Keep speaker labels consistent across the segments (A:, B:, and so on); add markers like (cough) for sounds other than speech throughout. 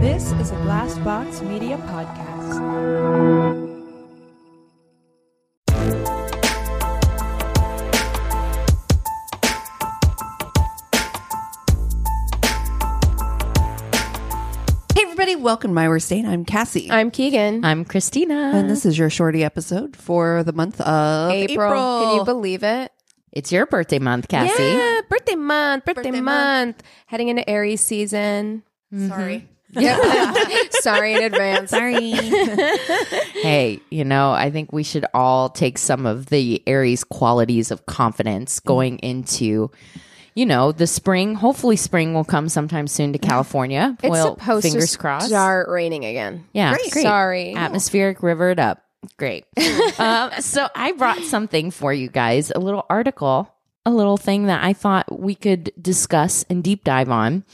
A: This is a Glass Box Media podcast.
B: Hey, everybody, welcome to My Worst Date. I'm Cassie.
C: I'm Keegan.
D: I'm Christina.
B: and this is your shorty episode for the month of April.
C: Can you believe it?
D: it's your birthday month, Cassie.
C: Yeah, birthday month, birthday,
B: Birthday
C: month. Heading into Aries season.
B: Sorry.
C: Yep. (laughs) Sorry in advance.
D: Sorry. hey, you know, I think we should all take some of the Aries qualities of confidence going into, you know, the spring. Hopefully, spring will come sometime soon to California.
C: It's
D: well,
C: supposed
D: fingers
C: to
D: crossed.
C: start raining again.
D: Yeah,
C: Sorry.
D: Atmospheric rivered up. Great. um, so I brought something for you guys a little article, a little thing that I thought we could discuss and deep dive on.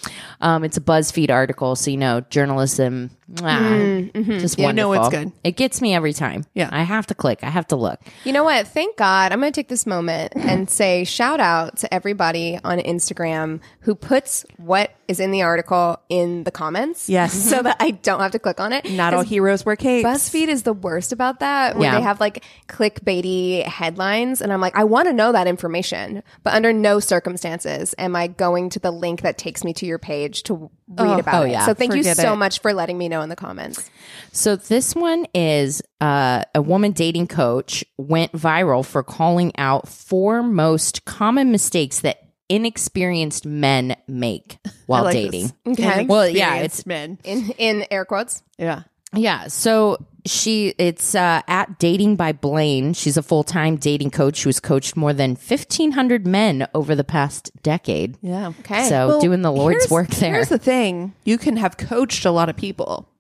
D: Um, it's a BuzzFeed article. So, you know, journalism, mwah, just
B: You know
D: wonderful.
B: it's good.
D: It gets me every time.
B: Yeah.
D: I have to click, I have to look.
C: You know what? Thank God. I'm going to take this moment and say shout out to everybody on Instagram who puts what is in the article in the comments.
B: Yes.
C: (laughs) So that I don't have to click on it.
B: Not all heroes wear capes.
C: BuzzFeed is the worst about that. Where
D: Yeah.
C: they have like clickbaity headlines, and I'm like, I want to know that information, but under no circumstances am I going to the link that takes me to your page to read about
D: oh,
C: it.
D: yeah.
C: So thank
B: Forget
C: you so
B: it.
C: much for letting me know in the comments.
D: So this one is uh, a woman dating coach went viral for calling out four most common mistakes that inexperienced men
B: (laughs)
D: make while
B: like
D: dating.
B: this.
C: Okay.
D: Well, yeah,
B: Experienced
D: it's-
B: men.
C: In in air quotes.
B: Yeah.
D: Yeah. So she, it's uh, at Dating by Blaine. She's a full time dating coach who's coached more than 1,500 men over the past decade.
B: Yeah.
C: Okay.
D: So
B: Well,
D: doing the Lord's
B: here's-
D: work there.
B: Here's the thing you can have coached a lot of people,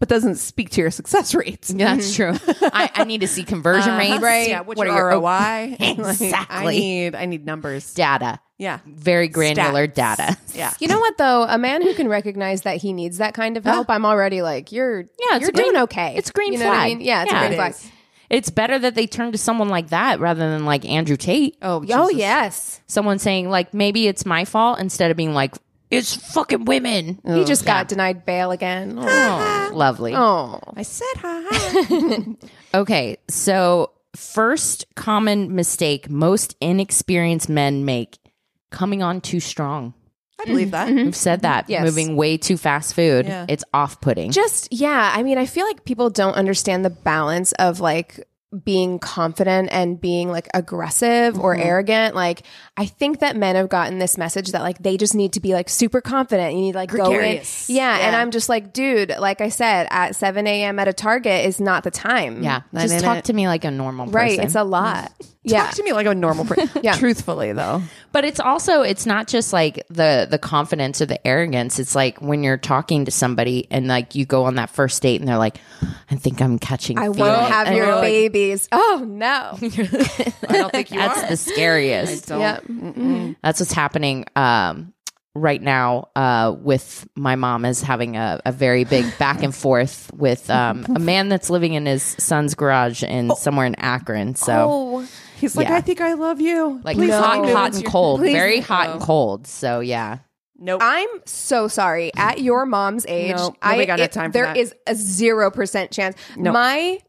B: but doesn't speak to your success rates.
D: Yeah, that's
B: Mm-hmm.
D: true. I, I need to see
B: (laughs)
D: conversion rates.
B: Right. Yeah. What's
D: What
B: your
D: are your
B: ROI? (laughs) Like, I
D: Exactly.
B: need, I need numbers.
D: data?
B: Yeah.
D: Very granular
B: Stats.
D: data.
B: Yeah.
C: You know what though? A man who can recognize that he needs that kind of help, I'm already like, you're yeah,
D: it's
C: you're
D: a green-
C: doing okay.
D: It's a green
C: you know
D: flag.
C: what I mean? Yeah, it's a
D: It
C: green flag.
B: is.
D: It's better that they turn to someone like that rather than like Andrew Tate.
B: Oh,
C: Oh
B: Jesus.
C: yes.
D: Someone saying like maybe it's my fault instead of being like it's fucking women.
C: He just got denied bail again.
D: (gasps)
C: Oh.
D: (laughs) Oh, lovely.
C: Oh.
B: I said hi. hi.
D: Okay, so first common mistake most inexperienced men make coming on too strong.
B: I believe (laughs) that.
D: We've said that.
C: Mm-hmm. Yes.
D: Moving way too fast food.
B: Yeah.
D: It's off putting.
C: just yeah i mean i feel like people don't understand the balance of like being confident and being like aggressive or arrogant like i think that men have gotten this message that like they just need to be like super confident you need to, like
B: Gregarious.
C: go in yeah, and
B: Yeah.
C: i'm just like dude like i said at 7 a.m at a target is not the time
D: yeah.
B: That
D: Just
B: ain't
D: talk
B: it.
D: to me like a normal person.
C: right it's a lot yeah
B: Talk to me like a normal
D: (laughs)
B: person.
C: Yeah.
B: Truthfully, though.
D: But it's also it's not just like the the confidence or the arrogance. It's like when you're talking to somebody and like you go on that first date and they're like, I think I'm catching.
C: i
D: feelings."
C: won't have
D: And
C: your
D: you're like,
C: babies oh no
B: I don't think you
D: That's the scariest.
C: yeah
D: That's what's happening um, right now uh, with my mom is having a, a very big back and forth with um, a man that's living in his son's garage in somewhere in Akron. So
C: oh
B: He's like,
D: Yeah.
B: I think I love you.
D: like
B: Please
D: hot,
B: tell me
D: hot
B: it's
D: and
B: your-
D: cold,
B: Please-
D: very hot
B: Oh.
D: and cold. So yeah,
B: Nope.
C: I'm so sorry. At your mom's age,
B: No,
C: I
B: nobody got enough
C: it-
B: time for
C: there
B: that.
C: is a zero percent chance. My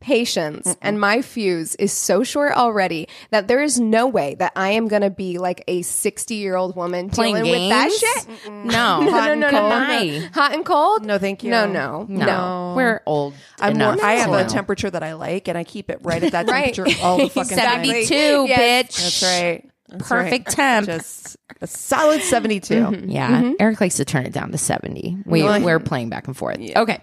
C: patience and my fuse is so short already that there is no way that I am gonna be like a sixty year old woman
D: playing
C: dealing with
D: games.
C: that shit.
D: No,
C: (laughs) No,
D: Hot
C: no,
D: and
C: no, no,
D: cold?
C: no, no. Hot and cold?
B: No, thank you.
C: No, no,
D: No,
C: no.
D: we're old.
B: I'm more,
D: enough
B: I have
D: to
B: a
D: know.
B: temperature that I like, and I keep it right at that
C: Right.
B: temperature all
D: (laughs)
B: the fucking time.
C: Exactly.
D: 72,
C: Yes.
D: bitch.
B: That's right. That's
D: Perfect
B: right.
D: temp.
B: Just a solid 72.
D: (laughs) Yeah, Eric likes to turn it down to seventy. We we're playing back and forth. Okay,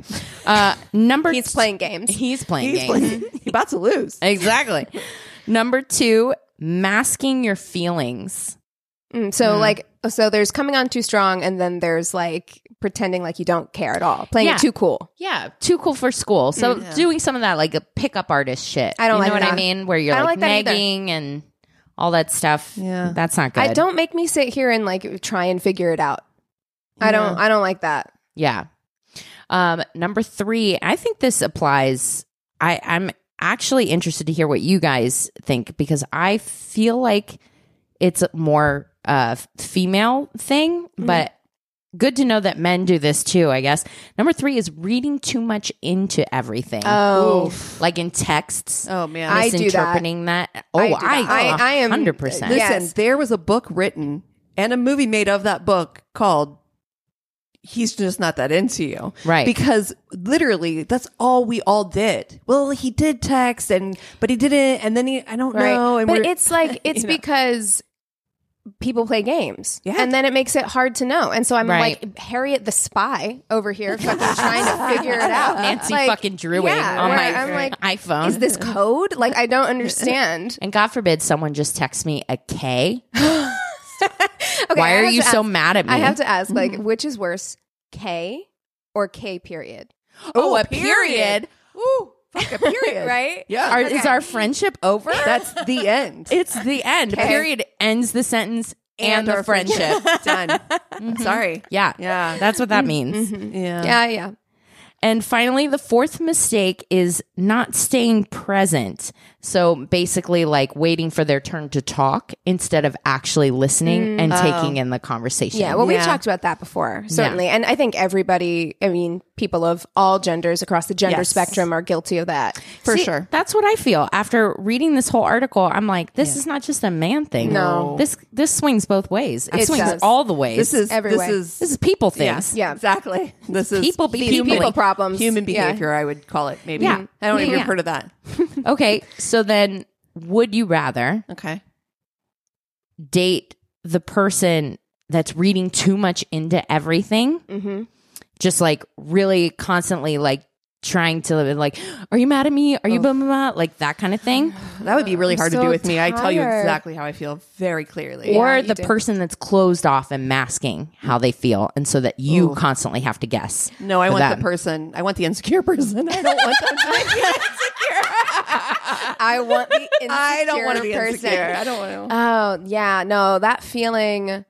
D: uh, number
C: He's playing games.
D: He's playing
B: He's
D: games.
B: like, he about to lose.
D: (laughs) Exactly. Number two, masking your feelings.
C: Mm, so like so there's coming on too strong and then there's like pretending like you don't care at all. Playing
D: Yeah.
C: it too cool.
D: Yeah, too cool for school. So doing some of that like a pickup artist shit.
C: Mm-hmm. I don't
D: you
C: like
D: know what I
C: that.
D: mean, where you're
C: I don't
D: like,
C: like that either.
D: nagging and all that stuff.
B: Yeah.
D: that's not good.
C: I don't make me sit here and like try and figure it out. I don't I don't like that.
D: Yeah. Um, number three, I think this applies. I, I'm actually interested to hear what you guys think because I
C: Mm-hmm.
D: feel like it's a more uh, female thing, but Good to know that men do this too, I guess. Number three is reading too much into everything.
C: Oh.
D: Like in texts.
B: Oh, man.
C: I do that.
D: misinterpreting that. Oh,
C: do
D: I,
C: that. I- I am-
D: 100%.
C: Yeah.
B: Listen,
C: Yes.
B: there was a book written and a movie made of that book called He's Just Not That Into You.
D: Right.
B: Because literally that's all we all did. Well, he did text and but he didn't and then he I don't
C: right?
B: know. And
C: but
B: we're-
C: it's like it's
B: you know.
C: because people play games,
B: Yeah.
C: and then it makes it hard to know. And so I'm
D: Right.
C: like Harriet the spy over here, fucking trying to figure it out.
D: (laughs) Nancy
C: uh, Like,
D: fucking Drewing
C: yeah,
D: on
C: where
D: my
C: I'm like,
D: iPhone.
C: Is this code? Like I don't understand.
D: (laughs) and God forbid someone just texts me a K.
C: Okay, I
D: Why are
C: have
D: you
C: to
D: so
C: ask-
D: mad at me?
C: I have to ask, like, which is worse, K or K period?
D: oh, a period.
B: Ooh, fuck a (laughs) period.
C: Right?
B: Yeah.
D: Our- Is our friendship over?
B: that's
C: (laughs)
B: the end.
D: it's the end.
C: Okay.
D: Period ends the sentence and,
B: our
D: the friendship.
C: (laughs)
B: Done. Sorry.
D: Mm-hmm. yeah.
B: Yeah.
D: That's what that means.
C: Mm-hmm,
B: Yeah.
C: Yeah, yeah.
D: And finally, the fourth mistake is not staying present. So basically, like waiting for their turn to talk instead of actually listening and taking in the conversation.
C: Mm, oh. Yeah. Well,
B: Yeah.
C: we've talked about that before, certainly. And I think everybody, I mean, people of all genders across the gender
B: Yes.
C: spectrum are guilty of that.
B: For
D: See,
B: sure.
D: That's what I feel after reading this whole article. I'm like, this is not just a man thing.
C: No.
D: this this swings both ways. It,
C: It
D: swings
C: does.
D: all the ways.
B: This is
C: Every
B: this
C: way.
B: is
D: this is people
B: yeah,
D: things.
C: Yeah.
B: Exactly. This is
D: People be
B: human-
D: people.
C: People problems.
B: Human
C: Yeah.
B: behavior, I would call it maybe.
D: Yeah.
B: I don't know if you've
D: Yeah.
B: heard of that.
D: okay, so then would you rather
B: Okay.
D: date the person that's reading too much into everything?
C: Mm-hmm.
D: just like really constantly like trying to like are you mad at me are you blah blah blah like that kind of thing
B: That would be really
C: I'm
B: hard to
C: so
B: do with me. I tell you
C: tired.
B: exactly how I feel very clearly.
C: (sighs) Yeah,
D: or
C: you
D: the
C: do.
D: person that's closed off and masking how they feel and so that you constantly have to guess
B: No, I
D: for
B: want
D: them.
B: the person. I want the insecure (laughs) person. I don't want them
C: (laughs)
B: to be insecure.
C: I want the insecure
B: I don't want to be
C: person.
B: insecure. I don't want to.
C: (laughs) Oh yeah, no, that feeling.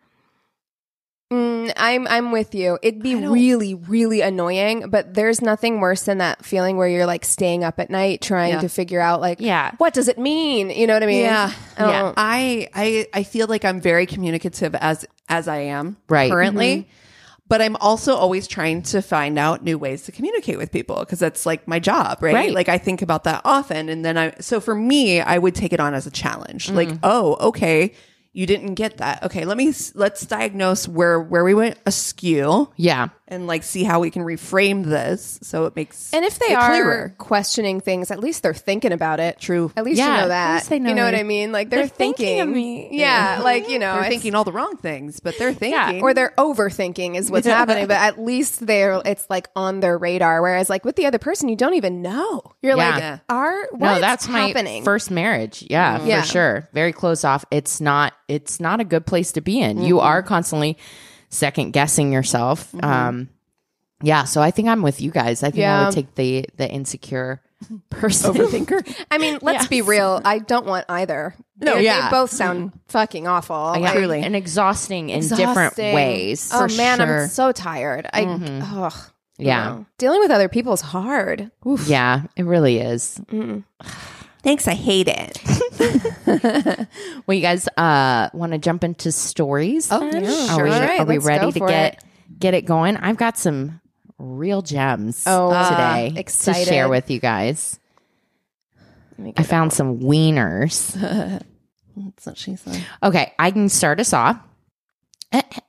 C: Mm, I'm I'm with you. It'd be really really annoying, but there's nothing worse than that feeling where you're like staying up at night trying
B: Yeah.
C: to figure out like
D: Yeah.
C: what does it mean? You know what I mean?
B: Yeah,
C: I don't-
B: yeah. I, I, I feel like I'm very communicative as as I am
D: Right.
B: currently,
C: Mm-hmm.
B: but I'm also always trying to find out new ways to communicate with people because that's like my job, right?
D: Right.
B: Like I think about that often, and then I. So for me, I would take it on as a challenge.
C: Mm-hmm.
B: Like, oh, okay, you didn't get that. Okay, let me s- let's diagnose where where we went askew
D: yeah
B: and like see how we can reframe this so it makes
C: And if they
B: it
C: are
B: clearer.
C: questioning things, at least they're thinking about it.
B: True.
C: At least
D: Yeah,
C: you
D: at
C: know that.
D: least they know
C: you know what
D: you-
C: I mean? Like they're,
D: They're thinking
C: thinking
D: of me.
C: Yeah, like you know,
B: They're
C: it's-
B: thinking all the wrong things, but they're thinking.
C: or they're overthinking is
D: (laughs)
C: what's happening but at least they're it's like on their radar whereas like with the other person you don't even know you're
D: Yeah. Yeah.
C: like are what's
D: no that's
C: happening Mm.
D: my first marriage yeah for
C: Yeah.
D: sure very closed off it's not it's not a good place to be in
C: Mm-hmm.
D: you are constantly second guessing yourself um yeah so i think i'm with you guys i think i
C: Yeah.
D: would take the the
C: (laughs)
D: insecure person
B: overthinker.
C: i mean let's be real i don't want either no they,
D: yeah.
C: they both sound fucking awful
D: (laughs) Yeah.
C: Like,
D: and exhausting in different
C: exhausting.
D: ways.
C: oh
D: for
C: man
D: sure. Mm-hmm.
C: i'm so tired i ugh,
D: yeah,
C: no. dealing with other people's hard
D: yeah, it really is. (sighs)
B: Thanks, I hate it.
D: (laughs) Well, you guys uh, want to jump into stories? Oh,
C: yeah,
D: Are
C: sure.
D: we,
C: All right,
D: are we
C: let's
D: ready
C: go
D: to
C: for
D: get get it going? I've got some real gems
C: Oh,
D: today
C: excited.
D: to share with you guys. I found some
C: (laughs)
D: wieners.
B: That's what she said.
D: Okay, I can start us off. (clears throat) it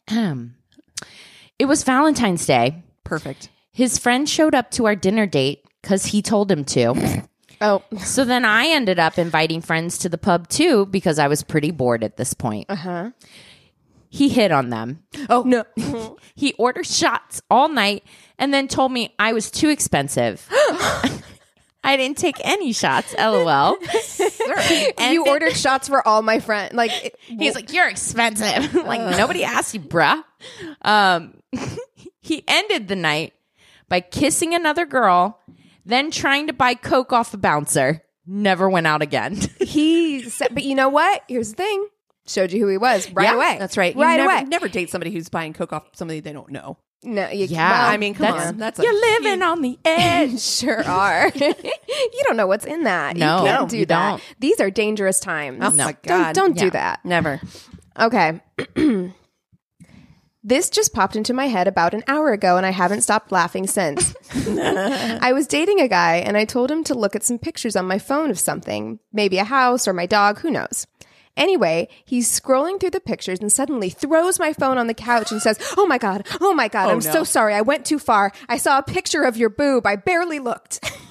D: was Valentine's Day.
B: Perfect.
D: His friend showed up to our dinner date because he told him to.
C: (laughs)
D: (laughs)
C: oh
D: So then I ended up inviting friends to the pub too because I was pretty bored at this point.
C: uh-huh
D: He hit on them.
B: Oh no!
D: He ordered shots all night and then told me I was too (gasps) expensive. I didn't take any shots, lol. (laughs)
C: you ordered shots for all my friends like it-
D: He's like, You're expensive. (laughs) I'm like, nobody asked you, bruh. Um, (laughs) he ended the night by kissing another girl, then trying to buy Coke off a bouncer. Never went out again. (laughs)
C: he said but you know what here's the thing showed you who he was right
D: Yeah,
C: away
B: That's right. You
C: right
B: never,
C: away
B: Never date somebody who's buying coke off somebody they don't know.
C: No, you,
D: Yeah.
C: well,
B: I mean, come
D: That's-
B: on. That's a
D: You're living on the edge.
C: (laughs) sure are. you don't know what's in that.
D: No,
C: you
D: no,
C: can't do
D: you
C: that.
D: don't.
C: These are dangerous times.
B: Oh my God.
C: Don't, don't
D: Yeah.
C: do that.
B: never.
C: Okay. (clears throat) This just popped into my head about an hour ago and I haven't stopped laughing since. I was dating a guy and I told him to look at some pictures on my phone of something, maybe a house or my dog, who knows. Anyway, he's scrolling through the pictures and suddenly throws my phone on the couch and says, Oh my God, oh my God, I'm so sorry. I went too far. I saw a picture of your boob. I barely looked. (laughs)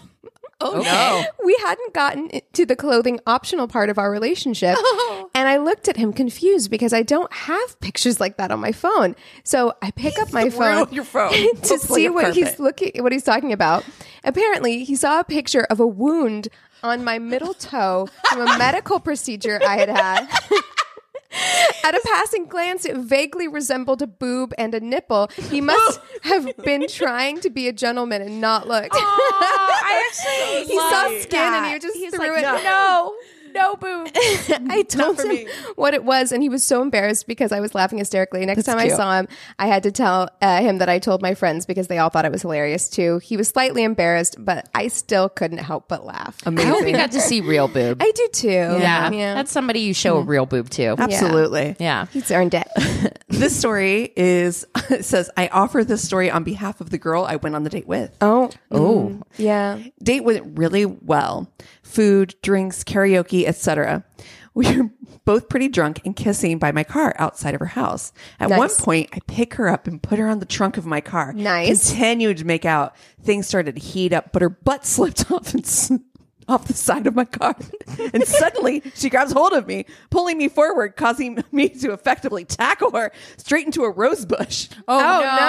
B: Oh no.
C: we hadn't gotten to the clothing optional part of
B: (laughs)
C: our relationship.
B: Oh.
C: And I looked at him confused because I don't have pictures like that on my phone. So I pick up my phone,
B: your phone.
C: (laughs) to
B: Hopefully
C: see
B: a
C: what he's
B: carpet.
C: looking what he's talking about. Apparently, he saw a picture of a wound on my middle toe
B: (laughs)
C: from a medical procedure I had had. (laughs) At a passing glance, it vaguely resembled a boob and a nipple.
B: (laughs)
C: He must have been trying to be a gentleman and not look.
D: (laughs)
C: he saw skin and he just threw (laughs) it.
D: No, no (laughs) boob.
C: I told
B: for
C: him
B: me.
C: what it was, and he was so embarrassed because I was laughing hysterically. Next time I saw him, I had to tell uh, him that I told my friends because they all thought it was hilarious too. He was slightly embarrassed, but I still couldn't help but laugh.
D: I hope you got to see real boob.
C: I do too.
B: Oh,
D: yeah. that's somebody you show a real boob to.
B: Absolutely.
D: Yeah.
C: He's earned it.
B: This story is (laughs) it says I offer this story on behalf of the girl I went on the date with.
C: Oh,
D: Oh,
C: yeah.
B: date went really well food drinks karaoke etc we were both pretty drunk and kissing by my car outside of her house at one point i pick her up and put her on the trunk of my car
C: Nice.
B: continued to make out things started to heat up but her butt slipped (laughs) off and s- off the side of my car (laughs) and suddenly she grabs hold of me pulling me forward causing me to effectively tackle her straight into a rose bush
D: oh,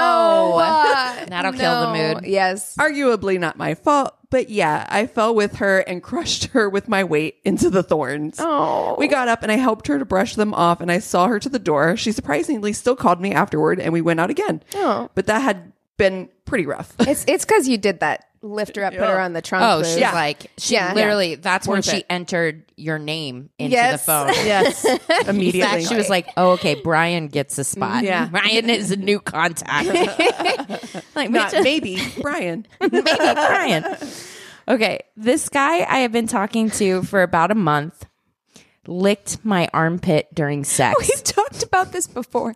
C: (laughs) Uh,
D: That'll kill the
C: no.
D: mood.
C: Yes.
B: arguably not my fault, but yeah, I fell with her and (laughs) crushed her with my weight into the thorns.
C: Oh.
B: We got up and I helped her to brush them off and I saw her to the door. She surprisingly still called me afterward and we went out again.
C: Oh.
B: But that had been pretty rough.
C: It's it's because you did that. Lift her up, put her on the trunk.
D: Oh,
C: Lou.
D: she's
B: Yeah.
D: like she
C: Yeah.
D: literally. That's when
B: Worth
D: she
B: it.
D: entered your name into
C: Yes.
D: the phone.
B: Yes. (laughs) Immediately.
D: That she was like, "Oh, okay, Brian gets a spot.
B: Yeah.
D: (laughs) Brian is a
B: (laughs)
D: new contact. like
B: not
D: bitch,
B: maybe Brian.
D: maybe Brian." Okay, this guy I have been talking to for about a month licked my armpit
B: Oh,
D: during sex.
C: We've (laughs) talked about this before.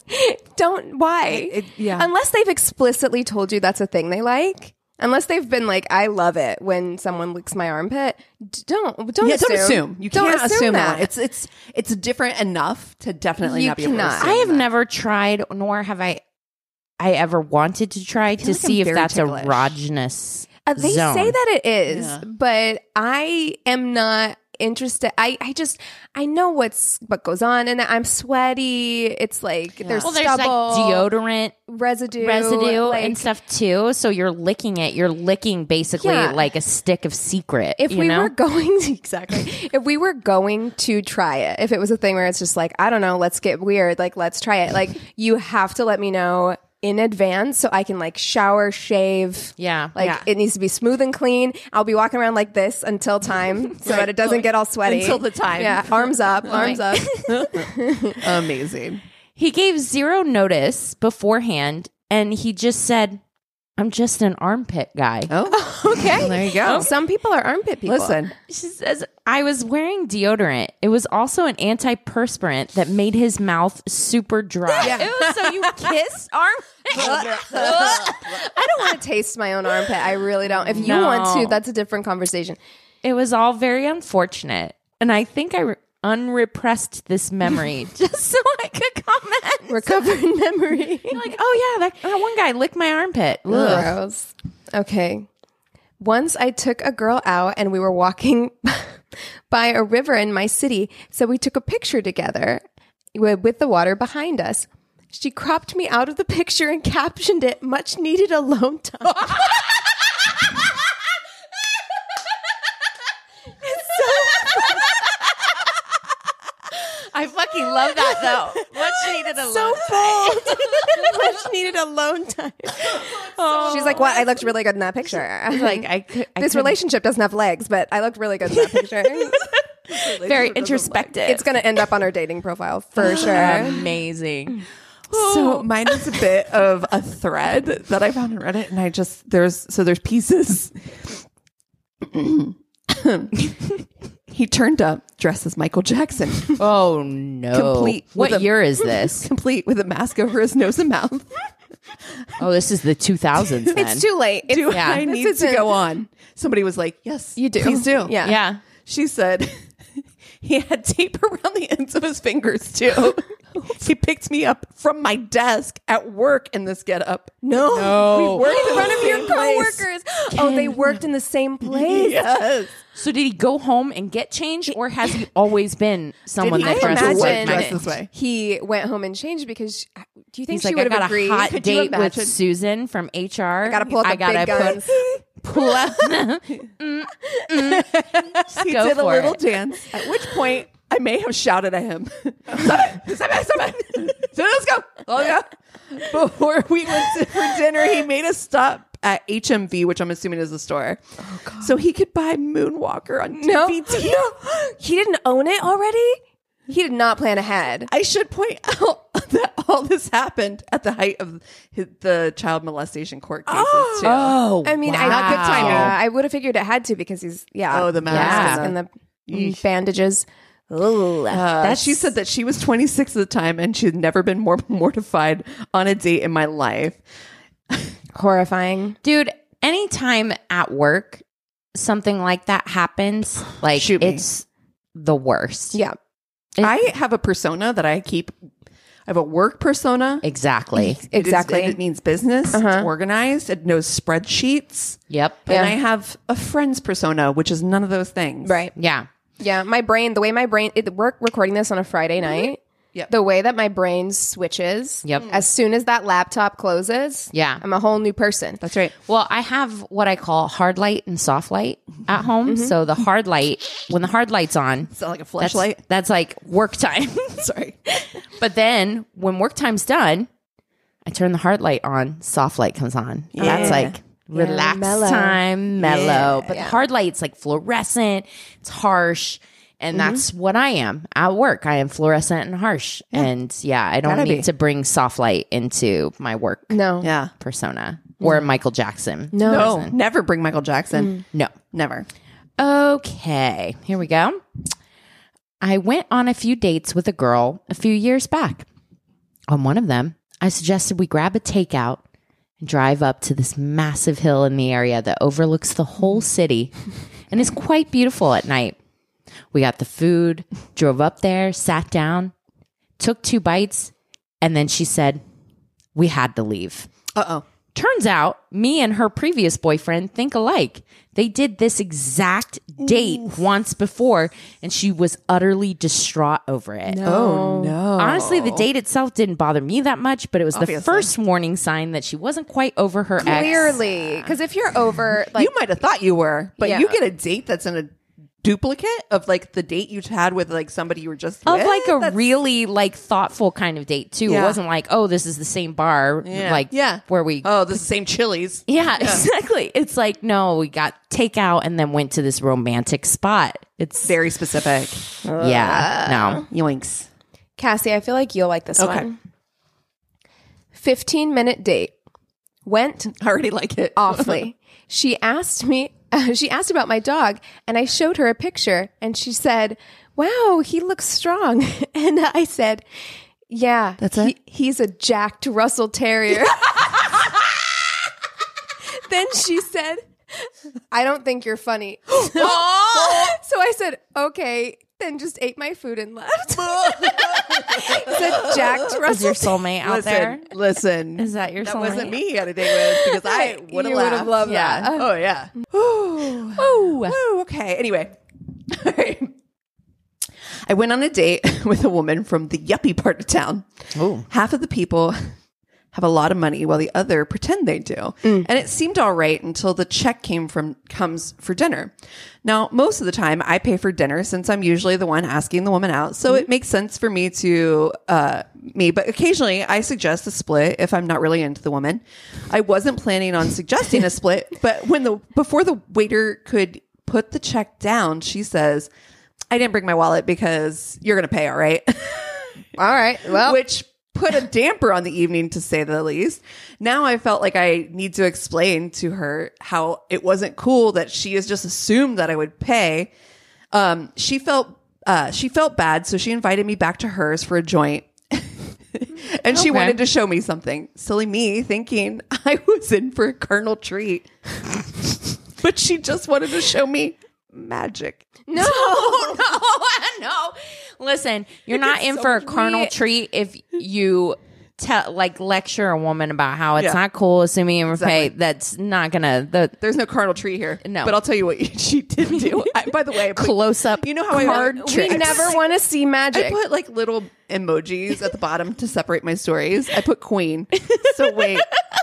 C: Don't why?
B: It- it- yeah.
C: Unless they've explicitly told you that's a thing they like. Unless they've been like, I love it when someone licks my armpit. D- Don't don't
B: Yeah,
C: assume.
B: don't assume. You
C: Don't
B: can't assume, that.
C: that.
B: one. It's it's it's different enough to definitely
C: You
B: not be able to
C: cannot.
B: assume
D: I have
B: that.
D: never tried, nor have I. I ever wanted to try to
B: like
D: see
B: I'm
D: if
B: very
D: that's
B: ticklish.
D: erogenous.
C: Uh, they
D: zone.
C: say that it is,
B: Yeah.
C: but I am not interested. I, I just I know what's what goes on, and I'm sweaty. It's like there's
D: Well, there's
C: stubble,
D: like deodorant
C: residue,
D: residue
C: like-
D: and stuff too. So you're licking it. You're licking basically
C: Yeah.
D: like a stick of secret.
C: if
D: you
C: we
D: know?
C: were going (laughs) exactly if we were going to try it if it was a thing where it's just like i don't know let's get weird like let's try it like you have to let me know in advance so i can like shower shave
D: Yeah.
C: like
B: Yeah.
C: it needs to be smooth and clean i'll be walking around like this until time so that it doesn't get all sweaty
B: Until the time.
C: yeah arms up arms up
B: Amazing.
D: he gave zero notice beforehand and he just said, I'm just an armpit guy. (laughs)
B: Oh.
C: okay
B: There you go.
C: some people are armpit people
B: Listen.
D: She says, I was wearing deodorant. It was also an antiperspirant that made his mouth super dry. (laughs) Ew, so you kissed armpit.
C: i don't want to taste my own armpit i really don't if you
D: No.
C: want to that's a different conversation
D: it was all very unfortunate. And I think I re- unrepressed this
C: (laughs)
D: memory just so I could comment.
C: recovering memory
D: (laughs) like, oh yeah, that, that one guy licked my armpit. Ugh.
C: Gross. Okay. Once I took a girl out and we were walking (laughs) by a river in my city, so we took a picture together wi- with the water behind us. She cropped me out of the picture and (laughs) captioned it much needed alone time.
D: I fucking love that
C: (laughs)
D: though. Much needed a so
C: much needed alone time. She's like, "What? I looked really good in that picture." I'm (laughs)
D: like I could I
C: this
D: couldn't-
C: relationship doesn't have legs, but I looked really good in that picture.
D: very introspective.
C: it's going to end up on her dating profile for
D: Um,
C: sure.
D: (laughs) amazing.
C: (laughs)
B: So (laughs) mine is a bit of a thread that I found on Reddit, and I just there's so there's pieces. He turned up dressed as Michael Jackson, (laughs)
D: Oh no!
B: Complete
D: What
B: with a-
D: year
C: (laughs)
D: is this?
B: complete with a mask over his nose and mouth.
D: Oh, this is the 2000s.
C: (laughs)
D: Then
C: It's too late. It's,
B: Do
C: (laughs)
B: (laughs)
D: Yeah.
B: I
D: This
B: need to
C: isn't-
B: go on? Somebody was like, "Yes,
C: You do.
B: Please do."
C: Yeah.
D: yeah.
B: She said (laughs) he had tape around the ends of his fingers too. he picked me up from my desk at work in this getup. No, we worked in front of
C: (gasps)
B: your
C: coworkers. Oh, they worked in the same place.
B: Yes.
D: So did he go home and get changed, or has he always been someone
B: he
D: that
C: I
B: dress
D: dresses
B: this way,
C: imagine
D: like
B: dress
D: Megan?
B: this way.
C: he went home and changed because uh, do you think
D: He's
C: she
D: like, I
C: would
D: got
C: have
D: a
C: agreed? (laughs)
D: hot
C: Could you
D: date with
C: imagine?
D: Susan from HR. I
C: gotta pull out the big guns.
D: (laughs)
C: (laughs)
D: pull out.
B: he
D: go
B: did a
D: for
B: little
D: it.
B: dance. At which point, I may have shouted at
D: (laughs)
B: him, "Stop it! Stop it! Stop it! So let's go! Let's go!" Before we went to, for dinner, he made us stop at HMV, which I'm assuming is a store,
D: Oh,
B: so he could buy Moonwalker on
C: No,
D: (laughs)
B: DVD.
C: no, (gasps) he didn't own it already. He did not plan ahead.
B: I should point out (laughs) that all this happened at the height of hi- the child molestation court cases too.
D: Oh,
C: I mean, I,
D: wow.
B: Not good timing.
C: Yeah, I would have figured it had to because he's yeah.
B: Oh, the
D: mask
C: and
B: and
C: the mm, bandages. Ooh,
B: Uh, she said that she was 26 at the time and she had never been more (laughs) mortified on a date in my life.
C: horrifying.
D: dude. Anytime at work, something like that happens.
C: (sighs)
D: Like
B: Shoot me.
D: it's the worst.
C: Yeah,
D: It-
B: I have a persona that I keep. I have a work persona.
C: (laughs)
D: exactly.
B: It is-
C: exactly.
B: It, means business.
C: Uh-huh.
B: It's organized. It knows spreadsheets.
D: Yep.
C: Yeah.
B: And I have a friend's persona, which is none of those things.
C: right.
D: Yeah.
C: Yeah, my brain. The way my brain. It, we're recording this on a Friday night.
B: Yep.
C: The way that my brain switches.
D: Yep.
C: As soon as that laptop closes.
D: Yeah.
C: I'm a whole new person.
B: That's right.
D: Well, I have what I call hard light and soft light
C: Mm-hmm.
D: at home. So the hard light, when the hard light's on,
B: It's not like a
D: that's,
B: flashlight.
D: that's like work time. (laughs)
B: Sorry.
D: but then when work time's done, I turn the hard light on, soft light comes on. And That's
B: Yeah.
D: like relax
C: mellow.
D: time, mellow. But
C: Yeah.
D: the hard light's like fluorescent, it's harsh. And that's what I am at work. I am fluorescent and harsh. And yeah, I don't
B: Gotta
D: need
B: be.
D: to bring soft light into my work
C: No.
B: Yeah.
D: persona or Michael Jackson.
C: No.
B: No, never bring Michael Jackson.
D: No.
B: Never.
D: Okay, here we go. I went on a few dates with a girl a few years back. On one of them, I suggested we grab a takeout and drive up to this massive hill in the area that overlooks the whole city and is quite beautiful at night. We got the food, drove up there, sat down, took two bites, and then she said, We had to leave.
B: Uh oh.
D: Turns out, me and her previous boyfriend think alike. They did this exact date once before, and she was utterly distraught over it.
B: Oh no.
D: Honestly, the date itself didn't bother me that much, but it was the
B: Obviously.
D: first warning sign that she wasn't quite over her ex.
C: Clearly, because if you're over, like,
B: you might have thought you were, but
C: Yeah.
B: you get a date that's in a duplicate of like the date you had with like somebody you were just
D: Of
B: with.
D: like a
B: That's-
D: really like thoughtful kind of date too. It
B: Yeah.
D: wasn't like, oh, this is the same bar,
B: yeah.
D: like
B: yeah
D: where we
B: oh the same Chili's.
D: Yeah, exactly. It's like, no, we got takeout and then went to this romantic spot. It's
B: Very specific.
D: yeah, no.
B: Yoinks.
C: Cassie, I feel like you'll like this one. 15 minute date. Went
B: I already like it.
C: awfully. she asked me, (laughs) she asked about my dog, and I showed her a picture, and she said, Wow, he looks strong. (laughs) And I said, Yeah, that's
B: it?
C: He's a jacked Russell Terrier. then she said, I don't think you're funny. (laughs) so I said, Okay. Then just ate my food and left. Said jacked
D: Is your
C: Russell.
D: soulmate out
B: listen,
D: there?
B: listen.
D: Is that your
B: that
D: soulmate?
B: wasn't me you had a date with because I would
C: You
B: have
C: would've
B: laughed.
C: loved
B: yeah.
C: that.
B: Oh yeah. Ooh. Ooh. Okay. Anyway. (laughs) All right. I went on a date (laughs) with a woman from the yuppie part of town.
D: Ooh.
B: Half of the people have a lot of money while the other pretend they do. And it seemed all right until the check came from comes for dinner. Now, most of the time I pay for dinner since I'm usually the one asking the woman out. So it makes sense for me to uh me, but occasionally I suggest a split if I'm not really into the woman. I wasn't planning on suggesting a split, but when the before the waiter could put the check down, she says, I didn't bring my wallet because you're going to pay, all right?
C: All right. Well,
B: which put a damper on the evening to say the least. Now I felt like I need to explain to her how it wasn't cool that she has just assumed that I would pay. Um, she felt uh, she felt bad, so she invited me back to hers for a joint. (laughs) and she
D: Okay.
B: wanted to show me something. Silly me thinking (laughs) I was in for a carnal treat. (laughs) but she just wanted to show me magic. (laughs)
C: No.
D: no, (laughs) no. Listen, you're not in for a carnal treat if you tell, like, lecture a woman about how it's
B: Yeah.
D: not cool assuming you
B: Exactly.
D: pay. That's not gonna the
B: There's no carnal treat here.
D: No.
B: But I'll tell you what (laughs) she did do. I, by the way, I
C: (laughs)
B: put-
D: close up.
B: You know how I-
D: card
B: we
D: tricks.
C: We never want to see
B: I
C: magic.
B: put like little emojis at the bottom to separate my stories. I put queen. So (laughs) wait,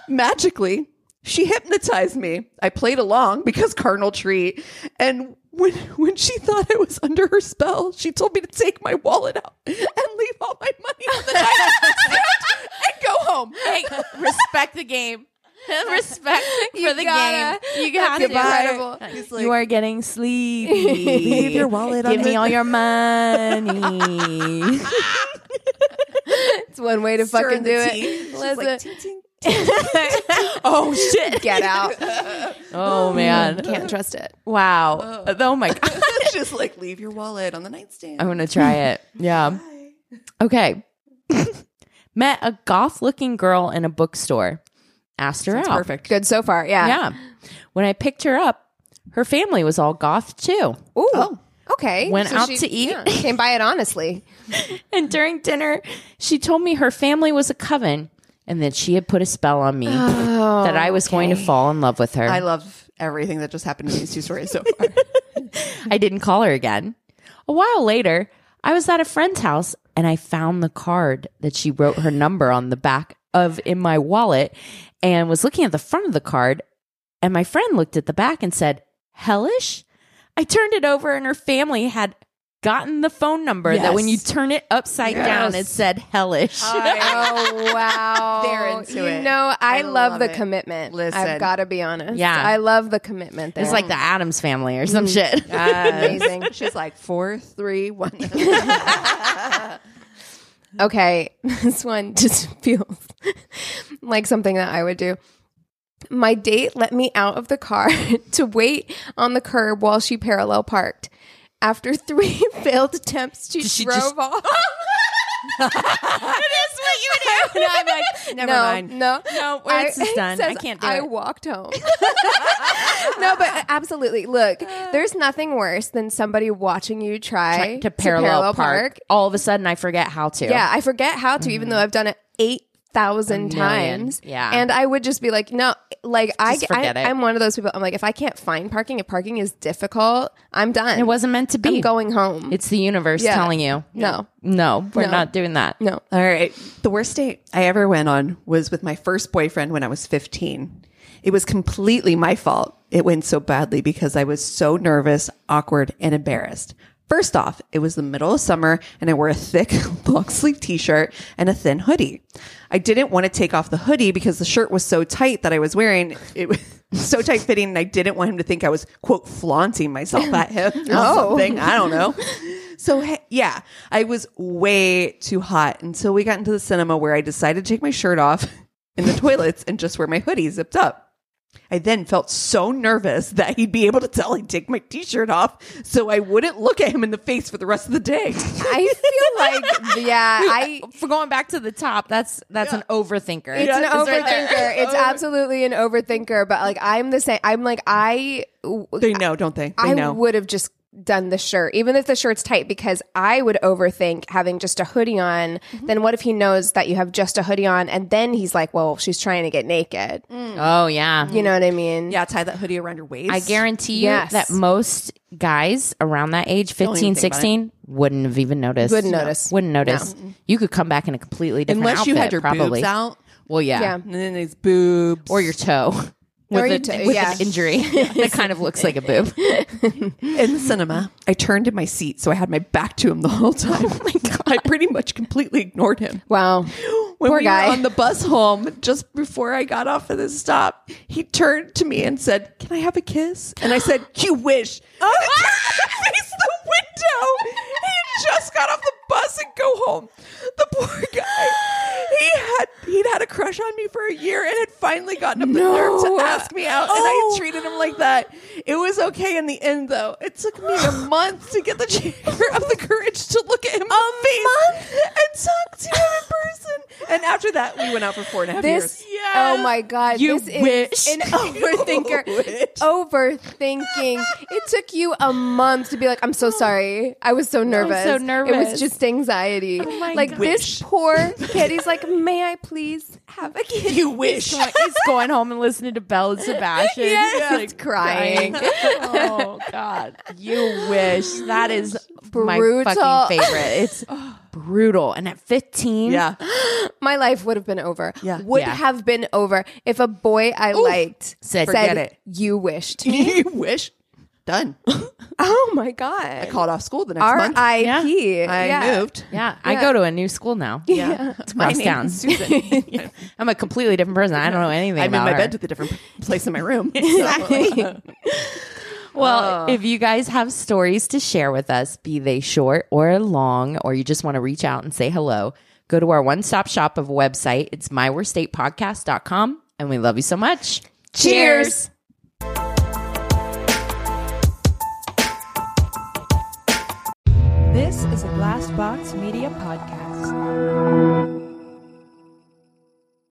B: magically, she hypnotized me. I played along because carnal treat. And when when she thought I was under her spell, she told me to take my wallet out and leave all my money on (laughs) the dining stand and go home.
D: (laughs) Hey, respect
B: (laughs)
D: the game. respect for the
C: gotta-
D: game. You got to
C: that's incredible.
B: He's
D: you are
B: (laughs)
D: getting sleepy. Leave your wallet. Give me all your money.
C: It's one way to
B: stirring
C: fucking
B: the
C: do
B: tea.
C: it.
B: She's like,
C: Listen,
B: "Ting, ting,
D: (laughs)
B: (laughs)
D: oh shit!
C: get out.
D: Oh man!
C: (laughs) Can't trust it.
D: Wow! oh my god!
B: just like leave your wallet on the nightstand.
D: (laughs) I'm gonna try it. Yeah. Okay. (laughs) Met a goth looking girl in a bookstore. Asked her out.
B: Perfect.
C: Good so far. Yeah.
D: Yeah. When I picked her up, her family was all goth too.
C: Ooh. Okay.
D: Went out to eat.
C: (laughs) came by it honestly.
D: And during dinner, she told me her family was a coven and that she had put a spell on me
C: Oh,
D: that I was going to fall in love with her.
B: I
D: I,
B: love everything that just happened in these two stories so (laughs) far.
D: didn't call her again. A while later, I was at a friend's house and I found the card that she wrote her number on the back of in my wallet and was looking at the front of the card. And my friend looked at the back and said, Hellish? I turned it over and her family had gotten the phone number that when you
B: Yes.
D: turn it upside down, it said Hellish.
C: oh wow.
B: They're into
C: you
B: it.
C: know, I,
B: I
C: love,
B: love
C: the
B: it.
C: commitment.
B: Listen.
C: I've got to be honest.
D: Yeah.
C: I love the commitment. There.
D: It's like the Adams family or
C: Mm,
D: some shit. (laughs)
C: amazing.
B: She's like four, three, one.
C: Okay, (laughs) this one just (laughs) feels like something that I would do. My date let me out of the car (laughs) to wait on the curb while she parallel parked. After three (laughs) failed attempts, she,
D: she
C: drove
D: just-
C: off. (laughs)
D: (laughs)
C: it is what you do. (laughs) no, I'm like,
B: Never
C: no,
B: mind.
C: No,
D: No, once
C: I- (laughs)
D: it's
C: it
D: done, I
C: says,
D: can't do
C: I
D: it."
C: walked
D: (laughs)
C: home. no, but uh, absolutely. Look, there's nothing worse than somebody watching you try,
D: to parallel, park. All of a sudden, I forget how to.
C: Yeah, I forget how to, even though I've done it eight thousand
D: million.
C: times.
D: Yeah.
C: and I would just be like, no, like I,
D: Just forget
C: I
D: it.
C: I'm one of those people. I'm like, if I can't find parking, if parking is difficult, I'm done.
D: it wasn't meant to be.
C: I'm going home.
D: It's the universe
C: Yeah.
D: telling you,
C: No.
D: no, we're
C: No.
D: not doing that.
C: no.
B: All right. The worst date I ever went on was with my first boyfriend when I was 15. It was completely my fault. It went so badly because I was so nervous, awkward, and embarrassed. First off, it was the middle of summer and I wore a thick (laughs) long sleeve t shirt and a thin hoodie. I didn't want to take off the hoodie because the shirt was so tight that I was wearing. It was (laughs) so tight fitting and I didn't want him to think I was, quote, flaunting myself at him or something. I don't know. So he- yeah, I was way too hot until we got into the cinema where I decided to take my shirt off (laughs) in the toilets and just wear my hoodie zipped up. I then felt so nervous that he'd be able to tell I'd take my t-shirt off so I wouldn't look at him in the face for the rest of the (laughs) day.
C: I feel like yeah,
D: (laughs)
C: I.
D: For going back to the top, that's that's an overthinker.
C: It's an
B: Yeah, 'cause oh. they're there. (laughs)
C: overthinker. It's absolutely an overthinker. But like, I'm the same. I'm like, I,
B: They know, don't they? They
C: I
B: know.
C: would have just done the shirt, even if the shirt's tight, because I would overthink having just a hoodie on.
B: Mm-hmm.
C: Then what if he knows that you have just a hoodie on, and then he's like, "Well, she's trying to get naked."
D: oh yeah,
C: You know what I mean?
B: Mm. yeah, tie that hoodie around your waist.
D: I guarantee you
C: Yes.
D: that most guys around that age, 15,
B: even think about
D: 16, wouldn't have even noticed.
C: Wouldn't notice.
D: Wouldn't notice. You could come back in a completely different
B: Unless you had
D: outfit,
B: your
D: probably.
B: boobs out
D: Well, yeah.
C: Yeah.
B: and then these boobs
D: Or your toe. With,
C: Or your
D: a-
C: toe,
D: with
C: yeah. (laughs)
D: an injury that kind of looks like a boob.
B: in the cinema. I turned in my seat so I had my back to him the whole (laughs) time. I pretty much completely ignored him. (gasps)
C: (laughs) Wow.
B: when
C: Poor
B: we
C: guy.
B: were on the bus home just before I got off of the stop, he turned to me and said, "Can I have a kiss?" And I said, "You wish." Oh, and he turned to face the window. He had just got off the bus and go home. The poor guy. he had he'd had a crush on me for a year and had finally gotten up
D: No.
B: the nerve to ask me out,
D: Oh.
B: and I treated him like that. It was okay in the end, though. It took me a month to get the chamber of the courage to look at him a in the face and talk to him in person. And after that, we went out for four and a half
C: This,
B: years.
C: oh my god,
D: You
C: this
D: wish.
C: is an overthinker. Overthinking. It took you a month to be like, I'm so sorry. I was so nervous.
D: so
C: It
D: nervous.
C: was just anxiety. Oh
D: my
C: like
D: God.
C: this poor kid. He's like, may I please have a kid?
B: You wish. (laughs)
D: He's going home and listening to Belle and Sebastian.
C: Yes.
D: He's
B: (laughs)
C: Just crying.
D: oh God, you wish. That
C: (laughs)
D: is my
C: Brutal.
D: fucking favorite. It's (laughs) brutal. And at fifteen,
B: yeah.
C: My life would have been over.
B: Yeah.
C: Would
D: Yeah.
C: have been over if a boy I liked
D: Said-
B: Forget it.
C: you
B: (laughs)
C: wished.
B: you wish. Done.
C: oh my god.
B: Called off school the next month. I,
C: R.I.P. Yeah.
B: moved.
D: yeah. I go to a new school now. Yeah, (laughs) it's my
B: name's
C: (laughs)
D: town.
B: Susan.
D: I'm a completely different person. I don't know anything.
B: I'm in
D: about
B: my
D: her.
B: bed with a different place in my
C: (laughs)
B: room. exactly.
D: Well, if you guys have stories to share with us, be they short or long, or you just want to reach out and say hello, go to our one stop shop of a website. It's myworstatepodcast.com. And we love you so much.
C: Cheers.
A: This is a Glass Box Media Podcast.